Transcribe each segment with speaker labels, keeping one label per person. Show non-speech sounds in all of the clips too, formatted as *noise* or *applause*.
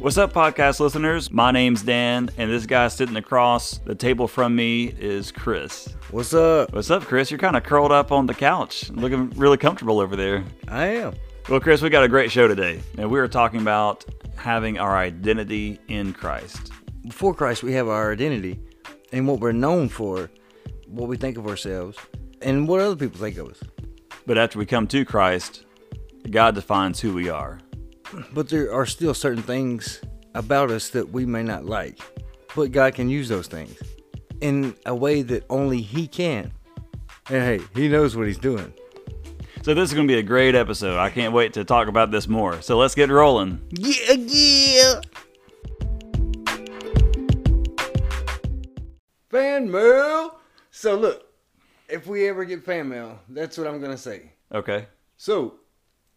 Speaker 1: What's up, podcast listeners? My name's Dan, and this guy sitting across the table from me is Chris.
Speaker 2: What's up?
Speaker 1: What's up, Chris? You're kind of curled up on the couch, looking really comfortable over there.
Speaker 2: I am.
Speaker 1: Well, Chris, we got a great show today, and we were talking about having our identity in Christ.
Speaker 2: Before Christ, we have our identity and what we're known for, what we think of ourselves, and what other people think of us.
Speaker 1: But after we come to Christ, God defines who we are.
Speaker 2: But there are still certain things about us that we may not like. But God can use those things in a way that only He can. And hey, He knows what He's doing.
Speaker 1: So this is going to be a great episode. I can't wait to talk about this more. So let's get rolling.
Speaker 2: Yeah, yeah. Fan mail. So look, if we ever get fan mail, that's what I'm gonna say.
Speaker 1: Okay.
Speaker 2: So,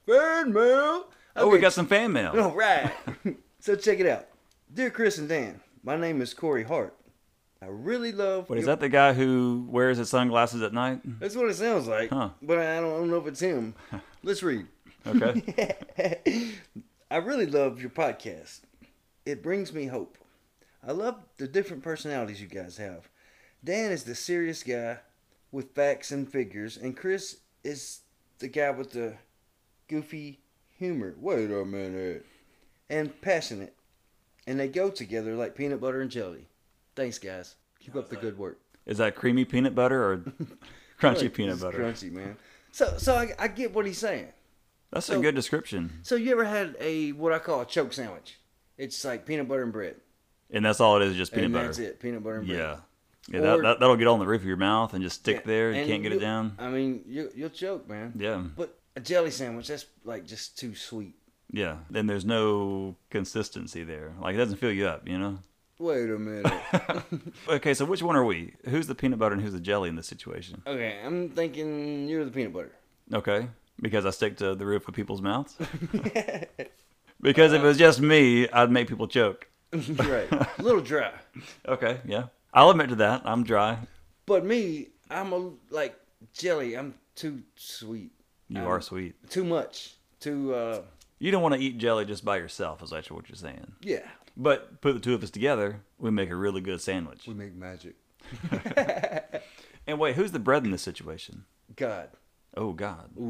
Speaker 2: fan mail.
Speaker 1: Oh, we
Speaker 2: Okay.
Speaker 1: got some fan mail.
Speaker 2: All right. *laughs* so check it out. Dear Chris and Dan, my name is Corey Hart. I really love.
Speaker 1: What is
Speaker 2: your-
Speaker 1: that? The guy who wears his sunglasses at night?
Speaker 2: That's what it sounds like.
Speaker 1: Huh.
Speaker 2: But I don't, I don't know if
Speaker 1: *laughs*
Speaker 2: it's him. Let's read.
Speaker 1: Okay.
Speaker 2: *laughs* I really love your podcast. It brings me hope. I love the different personalities you guys have. Dan is the serious guy with facts and figures, and Chris is the guy with the goofy humor. Wait a minute. And passionate. And they go together like peanut butter and jelly. Thanks, guys. Keep up the good work.
Speaker 1: Is that creamy peanut
Speaker 2: *laughs*
Speaker 1: butter or crunchy
Speaker 2: Look,
Speaker 1: peanut
Speaker 2: it's
Speaker 1: butter?
Speaker 2: Crunchy, man. So, so I, I get what he's saying.
Speaker 1: That's a
Speaker 2: So-
Speaker 1: good description.
Speaker 2: So you ever had a what I call a choke sandwich? It's like peanut butter and bread.
Speaker 1: And that's all it is, just peanut
Speaker 2: and
Speaker 1: butter.
Speaker 2: That's it, peanut butter and bread.
Speaker 1: Yeah. Yeah, that,
Speaker 2: Or-
Speaker 1: that, that'll get on the roof of your mouth and just stick
Speaker 2: Yeah,
Speaker 1: there. You
Speaker 2: and
Speaker 1: can't get it
Speaker 2: you-
Speaker 1: down.
Speaker 2: I mean, you you'll choke, man.
Speaker 1: Yeah.
Speaker 2: But a jelly sandwich, that's like just too sweet.
Speaker 1: Yeah. Then there's no consistency there. Like, it doesn't fill you up, you
Speaker 2: *laughs*
Speaker 1: know?
Speaker 2: Wait
Speaker 1: *laughs*
Speaker 2: a minute.
Speaker 1: Okay, so which one are we? Who's the peanut butter and who's the jelly in this situation?
Speaker 2: okay, I'm thinking you're the peanut butter. *laughs*
Speaker 1: Okay. Because I stick to the roof of people's mouths? because if it was just me, I'd make people choke.
Speaker 2: right. A little dry.
Speaker 1: Okay, yeah. I'll admit to that. I'm dry.
Speaker 2: But me, I'm a like jelly. I'm too sweet.
Speaker 1: You
Speaker 2: Um,
Speaker 1: are sweet.
Speaker 2: Too much. Too uh
Speaker 1: You don't want to eat jelly just by yourself, is actually what you're saying.
Speaker 2: yeah.
Speaker 1: But put the two of us together, we make a really good sandwich.
Speaker 2: make magic.
Speaker 1: And wait, who's the bread in this situation?
Speaker 2: God.
Speaker 1: Oh God.
Speaker 2: Ooh.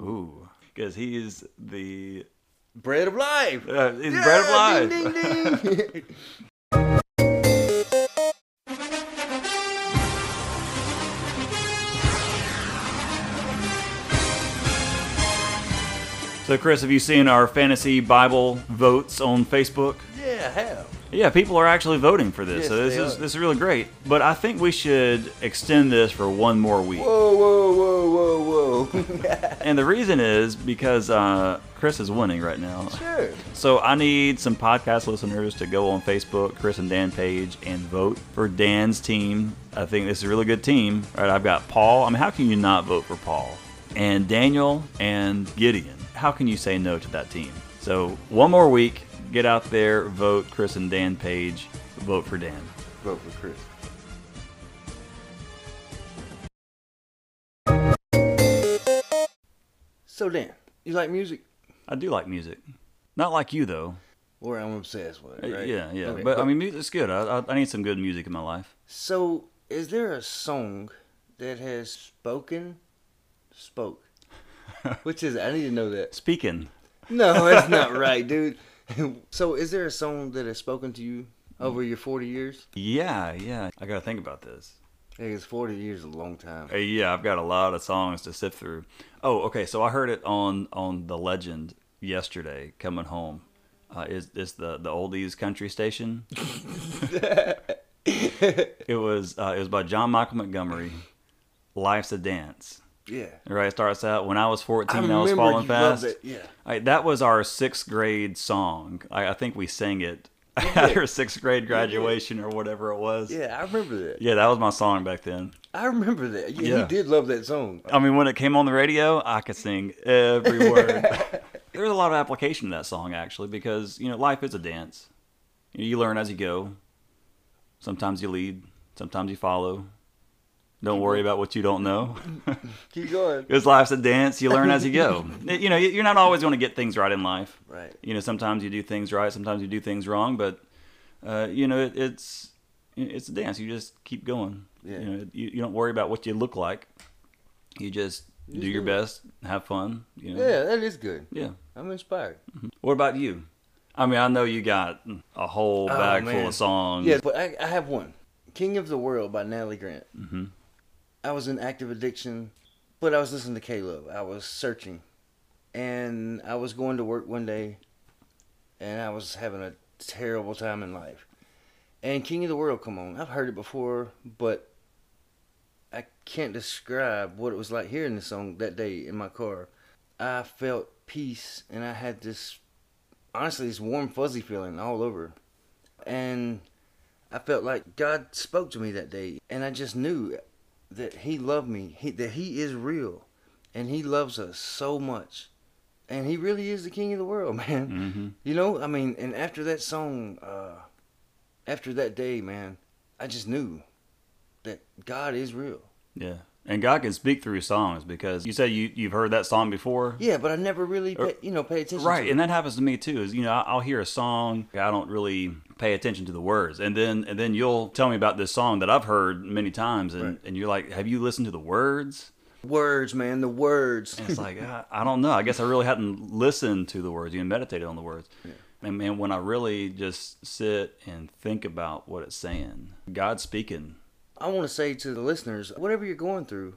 Speaker 1: Ooh. Because he is the
Speaker 2: Bread
Speaker 1: *laughs*
Speaker 2: of life.
Speaker 1: uh, he's
Speaker 2: Yeah,
Speaker 1: bread of life.
Speaker 2: Ding, ding, *laughs* ding.
Speaker 1: So Chris, have you seen our fantasy Bible votes on Facebook?
Speaker 2: yeah, hell.
Speaker 1: Yeah, people are actually voting for this.
Speaker 2: Yes,
Speaker 1: so this
Speaker 2: they
Speaker 1: is
Speaker 2: are.
Speaker 1: this is really great. But I think we should extend this for one more week.
Speaker 2: Whoa, whoa, whoa, whoa, *laughs* whoa.
Speaker 1: And the reason is because uh, Chris is winning right now.
Speaker 2: sure.
Speaker 1: So I need some podcast listeners to go on Facebook, Chris and Dan page, and vote for Dan's team. I think this is a really good team. All right, I've got Paul. I mean, how can you not vote for Paul? And Daniel and Gideon. How can you say no to that team? So one more week, get out there, vote Chris and Dan page, vote for Dan.
Speaker 2: Vote for Chris. So Dan, you like music?
Speaker 1: I do like music. Not like you though.
Speaker 2: Or I'm obsessed with it, right?
Speaker 1: Uh, Yeah, yeah.
Speaker 2: Okay,
Speaker 1: but, I mean, music's good. I, I, I need some good music in my life.
Speaker 2: so is there a song that has spoken,
Speaker 1: *laughs*
Speaker 2: spoke? Which is it? I need to know that.
Speaker 1: Speaking.
Speaker 2: No, that's
Speaker 1: *laughs*
Speaker 2: not right, dude. so is there a song that has spoken to you over your 40 years?
Speaker 1: Yeah, yeah. I gotta think about this.
Speaker 2: I think it's 40 years is a long time.
Speaker 1: Uh, Yeah, I've got a lot of songs to sift through. Oh, okay. So I heard it on on the Legend yesterday coming home. Uh, is is the the oldies country station? it was uh, it was by John Michael Montgomery. Life's a dance.
Speaker 2: Yeah.
Speaker 1: Right, it starts out when I was fourteen, I, was falling fast.
Speaker 2: loved it. Yeah.
Speaker 1: Alright, that was our sixth grade song. I, I think we sang it *laughs* at our sixth grade graduation or whatever it was.
Speaker 2: Yeah, I remember that.
Speaker 1: yeah, that was my song back then.
Speaker 2: I remember that. Yeah,
Speaker 1: Yeah.
Speaker 2: he did love that song.
Speaker 1: I mean, when it came on the radio, I could sing every word. There's a lot of application to that song, actually, because, you know, life is a dance. You, know, you learn as you go. Sometimes you lead, sometimes you follow, Don't worry about what you don't know. *laughs*
Speaker 2: Keep going.
Speaker 1: Because life's a dance. You learn as you go. you know, you're not always going to get things right in life.
Speaker 2: Right.
Speaker 1: You know, sometimes you do things right, sometimes you do things wrong, but uh, you know, it, it's it's a dance. You just keep going.
Speaker 2: Yeah.
Speaker 1: You know, you, you don't worry about what you look like. You just
Speaker 2: Just
Speaker 1: do your
Speaker 2: do it.
Speaker 1: best, have fun. You know.
Speaker 2: Yeah, that is good.
Speaker 1: Yeah.
Speaker 2: I'm inspired.
Speaker 1: What about you? I mean, I know you got a whole
Speaker 2: Oh,
Speaker 1: bag full
Speaker 2: man.
Speaker 1: of songs.
Speaker 2: Yeah, but I, I have one. King of the World by Natalie Grant.
Speaker 1: hmm
Speaker 2: I was in active addiction, but I was listening to Caleb. I was searching, and I was going to work one day, and I was having a terrible time in life. And King of the World, come on! I've heard it before, but I can't describe what it was like hearing this song that day in my car. I felt peace, and I had this, honestly, this warm fuzzy feeling all over, and I felt like God spoke to me that day, and I just knew that he loved me, he, that he is real, and he loves us so much. And he really is the king of the world, *laughs* man.
Speaker 1: hmm
Speaker 2: You know, I mean, and after that song, uh, after that day, man, I just knew that God is real.
Speaker 1: Yeah. And God can speak through songs because you said you, you've heard that song before.
Speaker 2: Yeah, but I never really, pay, you know, pay attention.
Speaker 1: Right,
Speaker 2: to it.
Speaker 1: and that happens to me too. Is you know I- I'll hear a song, I don't really pay attention to the words, and then and then you'll tell me about this song that I've heard many times, and,
Speaker 2: Right.
Speaker 1: and you're like, have you listened to the words?
Speaker 2: words, man, the words.
Speaker 1: And it's like I, I don't know. I guess I really hadn't listened to the words, you know, meditated on the words. And man, when I really just sit and think about what it's saying, God's speaking.
Speaker 2: *laughs* I want to say to the listeners, whatever you're going through,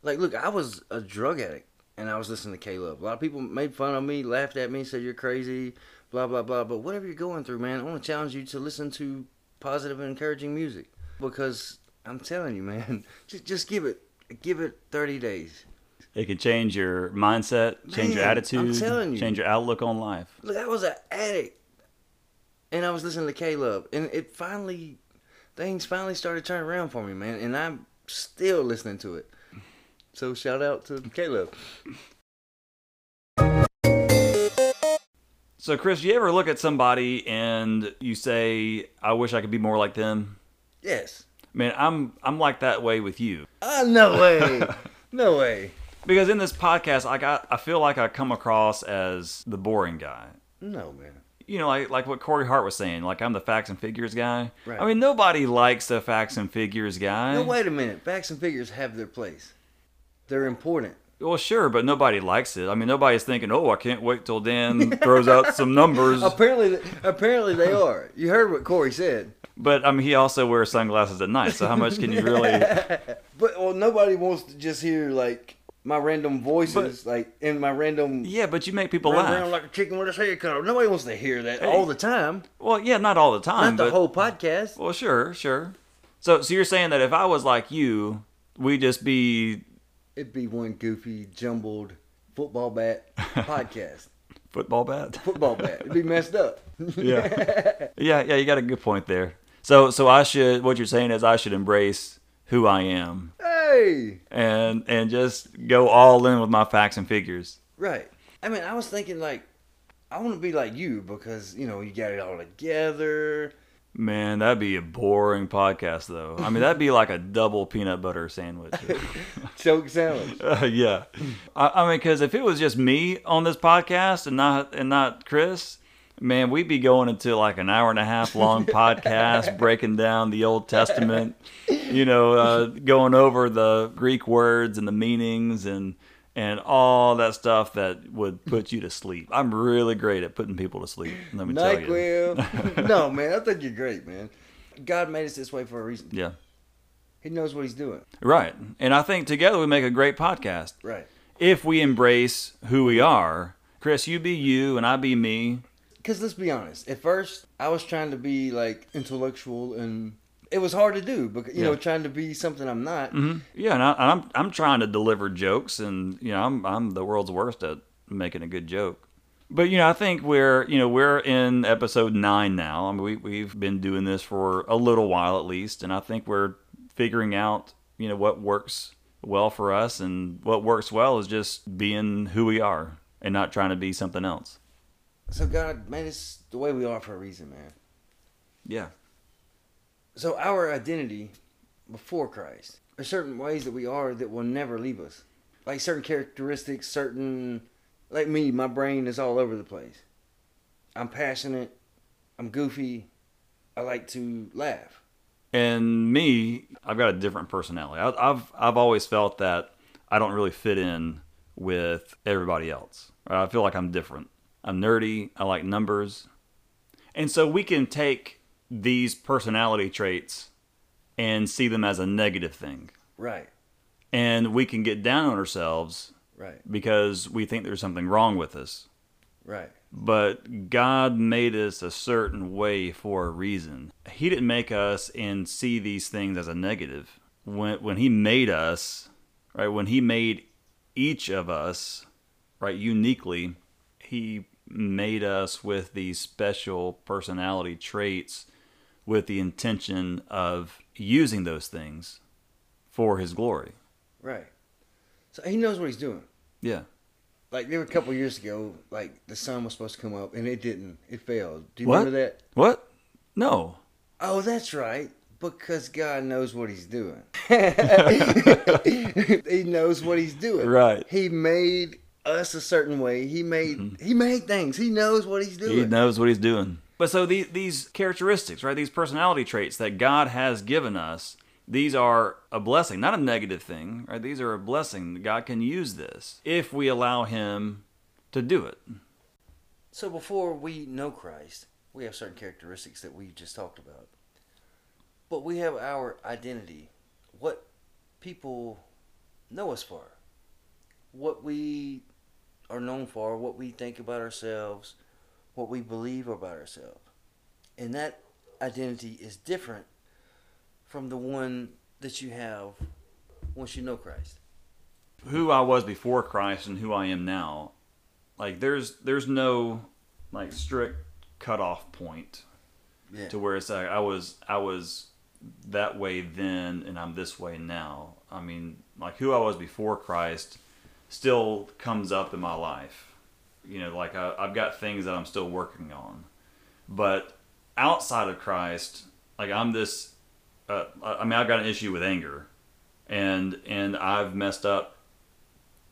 Speaker 2: like, look, I was a drug addict and I was listening to Caleb. A lot of people made fun of me, laughed at me, said you're crazy, blah, blah, blah. But whatever you're going through, man, I want to challenge you to listen to positive and encouraging music because I'm telling you, man, *laughs* just, just give it. Give it 30 days.
Speaker 1: It can change your mindset, change your
Speaker 2: Man, I'm
Speaker 1: attitude,
Speaker 2: telling you.
Speaker 1: change your outlook on life.
Speaker 2: Look, I was an addict. And I was listening to Caleb. And it finally, things finally started turning around for me, man. And I'm still listening to it. So shout out to Caleb.
Speaker 1: So, Chris, you ever look at somebody and you say, "I wish I could be more like them"?
Speaker 2: Yes.
Speaker 1: Man, I'm I'm like that way with you
Speaker 2: Ah, no way. no way.
Speaker 1: because in this podcast, I got I feel like I come across as the boring guy.
Speaker 2: No, man.
Speaker 1: You know, like like what Corey Hart was saying, like I'm the facts and figures guy.
Speaker 2: Right.
Speaker 1: I mean, nobody likes the facts and figures guy.
Speaker 2: No, wait a minute. Facts and figures have their place. They're important.
Speaker 1: Well, sure, but nobody likes it. I mean, nobody's thinking, "Oh, I can't wait till Dan throws out some
Speaker 2: *laughs*
Speaker 1: numbers."
Speaker 2: Apparently, apparently they are. You heard what Corey said. *laughs*
Speaker 1: But I mean, he also wears sunglasses at night, so how much can you really?
Speaker 2: But well, nobody wants to just hear like my random voices, like in my random
Speaker 1: Yeah, but you make people
Speaker 2: run
Speaker 1: laugh.
Speaker 2: around like a chicken with his head cut off. Nobody wants to hear that
Speaker 1: Hey.
Speaker 2: all the time.
Speaker 1: Well, yeah, not all the time,
Speaker 2: Not the
Speaker 1: but
Speaker 2: whole podcast.
Speaker 1: well, sure, sure. So, so you're saying that if I was like you, we'd just be
Speaker 2: It'd be one goofy, jumbled football bat
Speaker 1: *laughs*
Speaker 2: podcast.
Speaker 1: football bat?
Speaker 2: Football bat. It'd be messed up. *laughs*
Speaker 1: yeah, yeah, yeah. You got a good point there. So, so I should. What you're saying is I should embrace who I am
Speaker 2: hey.
Speaker 1: and and just go all in with my facts and figures.
Speaker 2: Right. I mean, I was thinking like, I want to be like you because you know you got it all together.
Speaker 1: Man, that'd be a boring podcast, though. I mean, that'd be like a double peanut butter sandwich. *laughs*
Speaker 2: Choke sandwich.
Speaker 1: Uh, yeah, I, I mean, because if it was just me on this podcast and not and not Chris, man, we'd be going into like an hour and a half long podcast breaking down the Old Testament, you know, uh, going over the Greek words and the meanings and and all that stuff that would put you to sleep. I'm really great at putting people to sleep. Let me tell you. *laughs*
Speaker 2: Nyquil. no, man, I think you're great, man. God made us this way for a reason.
Speaker 1: Yeah,
Speaker 2: He knows what he's doing.
Speaker 1: right. And I think together we make a great podcast.
Speaker 2: Right.
Speaker 1: if we embrace who we are. Chris, you be you and I be me.
Speaker 2: Cause let's be honest. At first, I was trying to be like intellectual, and it was hard to do. Because you
Speaker 1: Yeah.
Speaker 2: know, trying to be something I'm not.
Speaker 1: hmm Yeah, and, I, and I'm I'm trying to deliver jokes, and you know I'm I'm the world's worst at making a good joke. But you know I think we're you know we're in episode nine now. I mean we we've been doing this for a little while at least, and I think we're figuring out you know what works well for us, and what works well is just being who we are and not trying to be something else.
Speaker 2: So God made us the way we are for a reason, man.
Speaker 1: Yeah.
Speaker 2: So our identity before Christ There's certain ways that we are that will never leave us. Like certain characteristics, certain like me, my brain is all over the place. I'm passionate, I'm goofy, I like to laugh.
Speaker 1: And me, I've got a different personality. I, I've I've always felt that I don't really fit in with everybody else. Right? I feel like I'm different. I'm nerdy. I like numbers, and so we can take these personality traits and see them as a negative thing,
Speaker 2: Right,
Speaker 1: and we can get down on ourselves
Speaker 2: right,
Speaker 1: because we think there's something wrong with us.
Speaker 2: right.
Speaker 1: But God made us a certain way for a reason. He didn't make us and see these things as a negative. When when he made us, right, when he made each of us, right, uniquely, he made us with these special personality traits with the intention of using those things for his glory.
Speaker 2: Right. So he knows what he's doing.
Speaker 1: Yeah.
Speaker 2: Like there were a couple years ago, like the sun was supposed to come up and it didn't. It failed. Do you
Speaker 1: What?
Speaker 2: remember that?
Speaker 1: What? No.
Speaker 2: Oh, that's right. Because God knows what he's doing. *laughs* he knows what he's doing.
Speaker 1: Right. Mm-hmm.
Speaker 2: He made us a certain way. He made he made things. He knows what he's doing.
Speaker 1: He knows what he's doing. But so these these characteristics, right? These personality traits that God has given us, these are a blessing, not a negative thing, right? These are a blessing. God can use this if we allow him to do it.
Speaker 2: So before we know Christ, we have certain characteristics that we just talked about. But we have our identity, what people know us for, what we are known for, what we think about ourselves, what we believe about ourselves. And that identity is different from the one that you have once you know Christ.
Speaker 1: Who I was before Christ and who I am now, like there's there's no like strict cutoff point
Speaker 2: Yeah.
Speaker 1: to where it's like I was I was that way then and I'm this way now. I mean, like who I was before Christ still comes up in my life. You know, like I, I've got things that I'm still working on, but outside of Christ, like I'm this. Uh, I I mean, I've got an issue with anger, and and I've messed up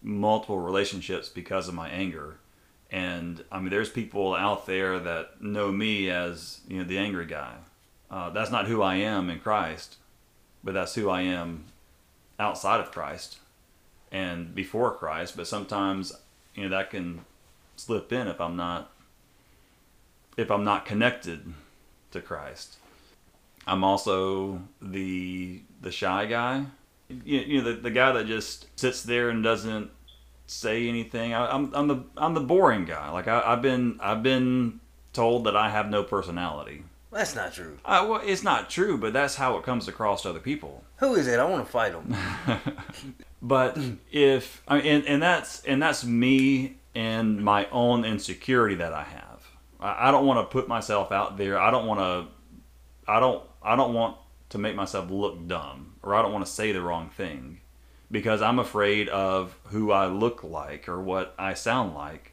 Speaker 1: multiple relationships because of my anger. And I mean, there's people out there that know me as you know the angry guy. Uh, that's not who I am in Christ, but that's who I am outside of Christ and before Christ. But sometimes you know that can slip in if I'm not if I'm not connected to Christ. I'm also the the shy guy. You, you know the, the guy that just sits there and doesn't say anything. I, I'm I'm the I'm the boring guy. Like I, I've been I've been told that I have no personality.
Speaker 2: That's not true.
Speaker 1: I, well, it's not true, but that's how it comes across to other people.
Speaker 2: Who is it? I want to fight him.
Speaker 1: But if I mean, and, and that's and that's me and my own insecurity that I have. I, I don't want to put myself out there. I don't want to. I don't. I don't want to make myself look dumb, or I don't want to say the wrong thing, because I'm afraid of who I look like or what I sound like.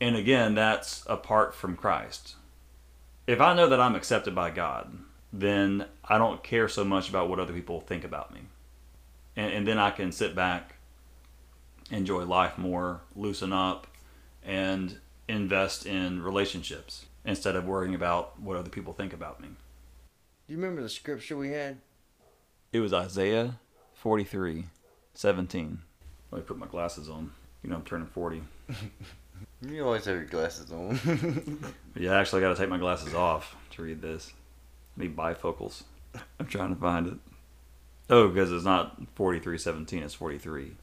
Speaker 1: And again, that's apart from Christ. If I know that I'm accepted by God, then I don't care so much about what other people think about me and, and then I can sit back, enjoy life more, loosen up, and invest in relationships instead of worrying about what other people think about me.
Speaker 2: Do you remember the scripture we had?
Speaker 1: It was Isaiah 43 17. Let me put my glasses on. You know, I'm turning 40.
Speaker 2: You always have your glasses on. *laughs*
Speaker 1: Yeah, I actually got to take my glasses off to read this. I need bifocals. I'm trying to find it. Oh, because it's not 43 17, it's 43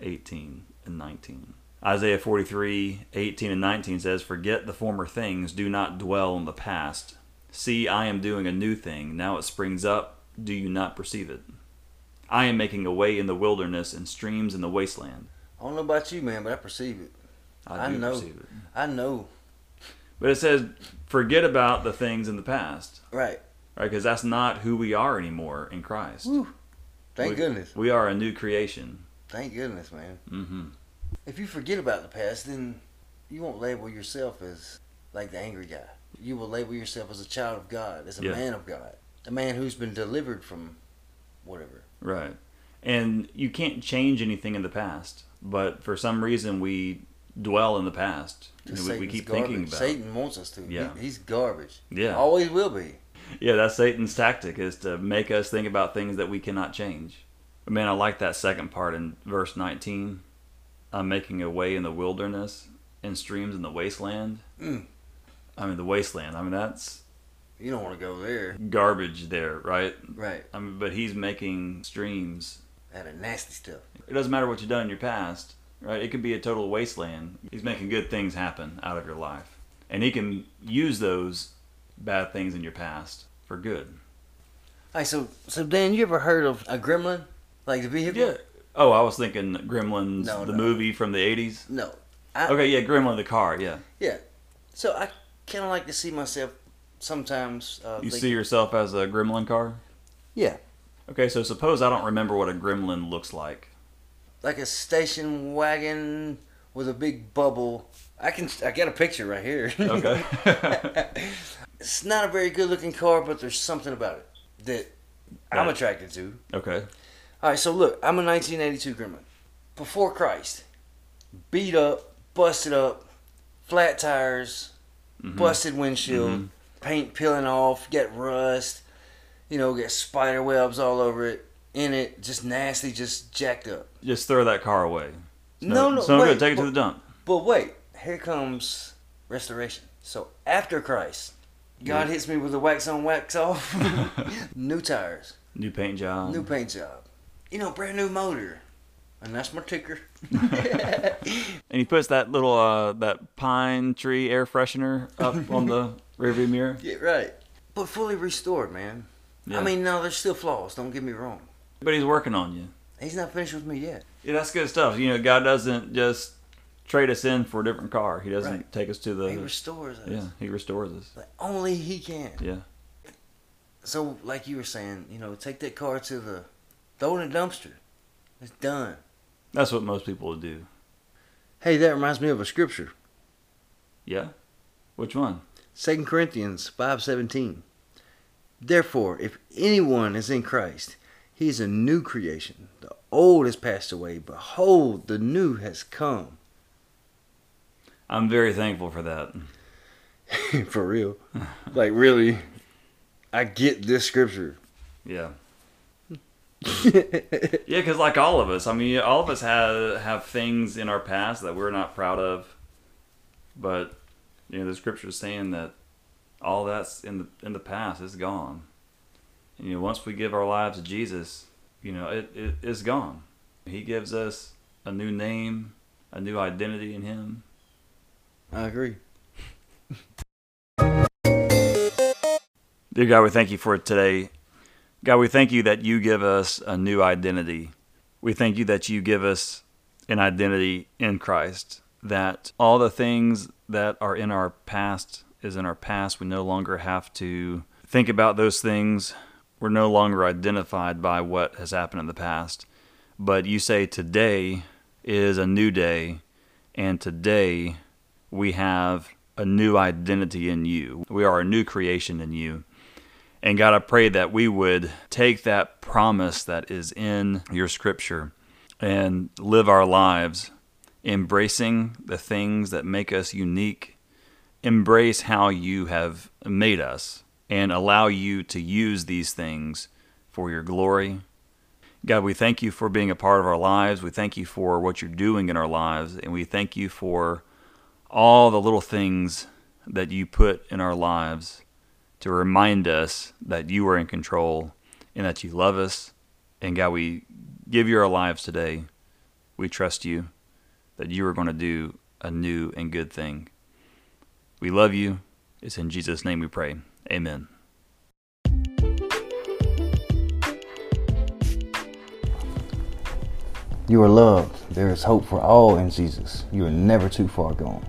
Speaker 1: 18 and 19. Isaiah 43 18 and 19 says, Forget the former things, do not dwell on the past. See, I am doing a new thing. Now it springs up. Do you not perceive it? I am making a way in the wilderness and streams in the wasteland.
Speaker 2: I don't know about you, man, but I perceive it. I know.
Speaker 1: perceive it.
Speaker 2: I know.
Speaker 1: But it says, Forget about the things in the past.
Speaker 2: Right.
Speaker 1: right? Because that's not who we are anymore in Christ.
Speaker 2: Woo. Thank
Speaker 1: we,
Speaker 2: goodness.
Speaker 1: we are a new creation.
Speaker 2: Thank goodness, man.
Speaker 1: hmm
Speaker 2: If you forget about the past, then you won't label yourself as like the angry guy. You will label yourself as a child of God, as a
Speaker 1: Yeah.
Speaker 2: man of God, a man who's been delivered from whatever.
Speaker 1: Right. And you can't change anything in the past, but for some reason we dwell in the past. And we, we
Speaker 2: Satan's
Speaker 1: keep
Speaker 2: garbage.
Speaker 1: thinking about it.
Speaker 2: Satan wants us to. He-
Speaker 1: Yeah.
Speaker 2: he's garbage.
Speaker 1: Yeah.
Speaker 2: always will be.
Speaker 1: Yeah, that's Satan's tactic is to make us think about things that we cannot change. I mean, I like that second part in verse 19. I'm making a way in the wilderness and streams in the wasteland.
Speaker 2: Mm.
Speaker 1: I mean, the wasteland. I mean, that's
Speaker 2: You don't want to go there,
Speaker 1: garbage there, right?
Speaker 2: right?
Speaker 1: I mean, but he's making streams.
Speaker 2: Out of nasty stuff.
Speaker 1: It doesn't matter what you've done in your past, right? It could be a total wasteland. He's making good things happen out of your life. And he can use those bad things in your past for good.
Speaker 2: All right, so so Dan, you ever heard of a gremlin, like the vehicle?
Speaker 1: Yeah. Oh, I was thinking Gremlins,
Speaker 2: No,
Speaker 1: the
Speaker 2: no.
Speaker 1: movie from the '80s.
Speaker 2: No. I,
Speaker 1: Okay, yeah, Gremlin the car. Yeah,
Speaker 2: Yeah. So I kind of like to see myself sometimes. Uh,
Speaker 1: you
Speaker 2: think-
Speaker 1: see yourself as a Gremlin car.
Speaker 2: Yeah,
Speaker 1: Okay, so suppose I don't remember what a Gremlin looks like.
Speaker 2: like a station wagon with a big bubble. I can. I got a picture right here.
Speaker 1: Okay.
Speaker 2: *laughs* it's not a very good looking car, but there's something about it that I'm
Speaker 1: Right.
Speaker 2: attracted to.
Speaker 1: okay.
Speaker 2: All right, so look, I'm a 1982 Gremlin. Before Christ, beat up, busted up, flat tires,
Speaker 1: Mm-hmm.
Speaker 2: busted windshield, paint peeling off, get rust, you know, get spider webs all over it, in it, just nasty, just jacked up.
Speaker 1: Just throw that car away. It's
Speaker 2: No, no,
Speaker 1: it's no
Speaker 2: wait,
Speaker 1: good. Take it
Speaker 2: but-
Speaker 1: to the dump.
Speaker 2: But wait, here comes restoration. So after Christ, God hits me with a wax on,
Speaker 1: *laughs*
Speaker 2: wax off, new tires,
Speaker 1: New paint job.
Speaker 2: New paint job. You know, brand new motor. And that's my
Speaker 1: *laughs*
Speaker 2: ticker.
Speaker 1: and he puts that little uh, that pine tree air freshener
Speaker 2: *laughs*
Speaker 1: up on the rearview mirror.
Speaker 2: Get right. But fully restored, man.
Speaker 1: Yeah.
Speaker 2: I mean, no, there's still flaws. Don't get me wrong.
Speaker 1: but he's working on you.
Speaker 2: He's not finished with me yet.
Speaker 1: Yeah, that's good stuff. You know, God doesn't just trade us in for a different car. He doesn't
Speaker 2: Right.
Speaker 1: take us to
Speaker 2: He
Speaker 1: the.
Speaker 2: restores us.
Speaker 1: yeah, he restores us.
Speaker 2: Like, only he can.
Speaker 1: Yeah.
Speaker 2: So, like you were saying, you know, take that car to the, throw it in the dumpster. It's done.
Speaker 1: That's what most people would do.
Speaker 2: Hey, that reminds me of a scripture.
Speaker 1: Yeah. Which one?
Speaker 2: Second Corinthians 5.17 Therefore, if anyone is in Christ, he is a new creation. The old has passed away. Behold, the new has come. *laughs*
Speaker 1: I'm very thankful for that. *laughs*
Speaker 2: For real. like, really, I get this scripture. *laughs*
Speaker 1: Yeah. *laughs* Yeah, because like all of us, I mean, all of us have have things in our past that we're not proud of, but you know, the scripture's saying that all that's in the in the past is gone. And, you know, once we give our lives to Jesus, you know, it it is gone. He gives us a new name, a new identity in Him.
Speaker 2: I agree.
Speaker 1: Dear God, we thank you for today. God, we thank you that you give us a new identity. We thank you that you give us an identity in Christ, that all the things that are in our past is in our past. We no longer have to think about those things. We're no longer identified by what has happened in the past. But you say today is a new day, and today we have a new identity in you. We are a new creation in you. And God, I pray that we would take that promise that is in your scripture and live our lives embracing the things that make us unique. Embrace how you have made us and allow you to use these things for your glory. God, we thank you for being a part of our lives. We thank you for what you're doing in our lives. And we thank you for all the little things that you put in our lives to remind us that you are in control and that you love us. And God, we give you our lives today. We trust you that you are going to do a new and good thing. We love you. It's in Jesus' name we pray. Amen.
Speaker 2: You are loved. There is hope for all in Jesus. You are never too far gone.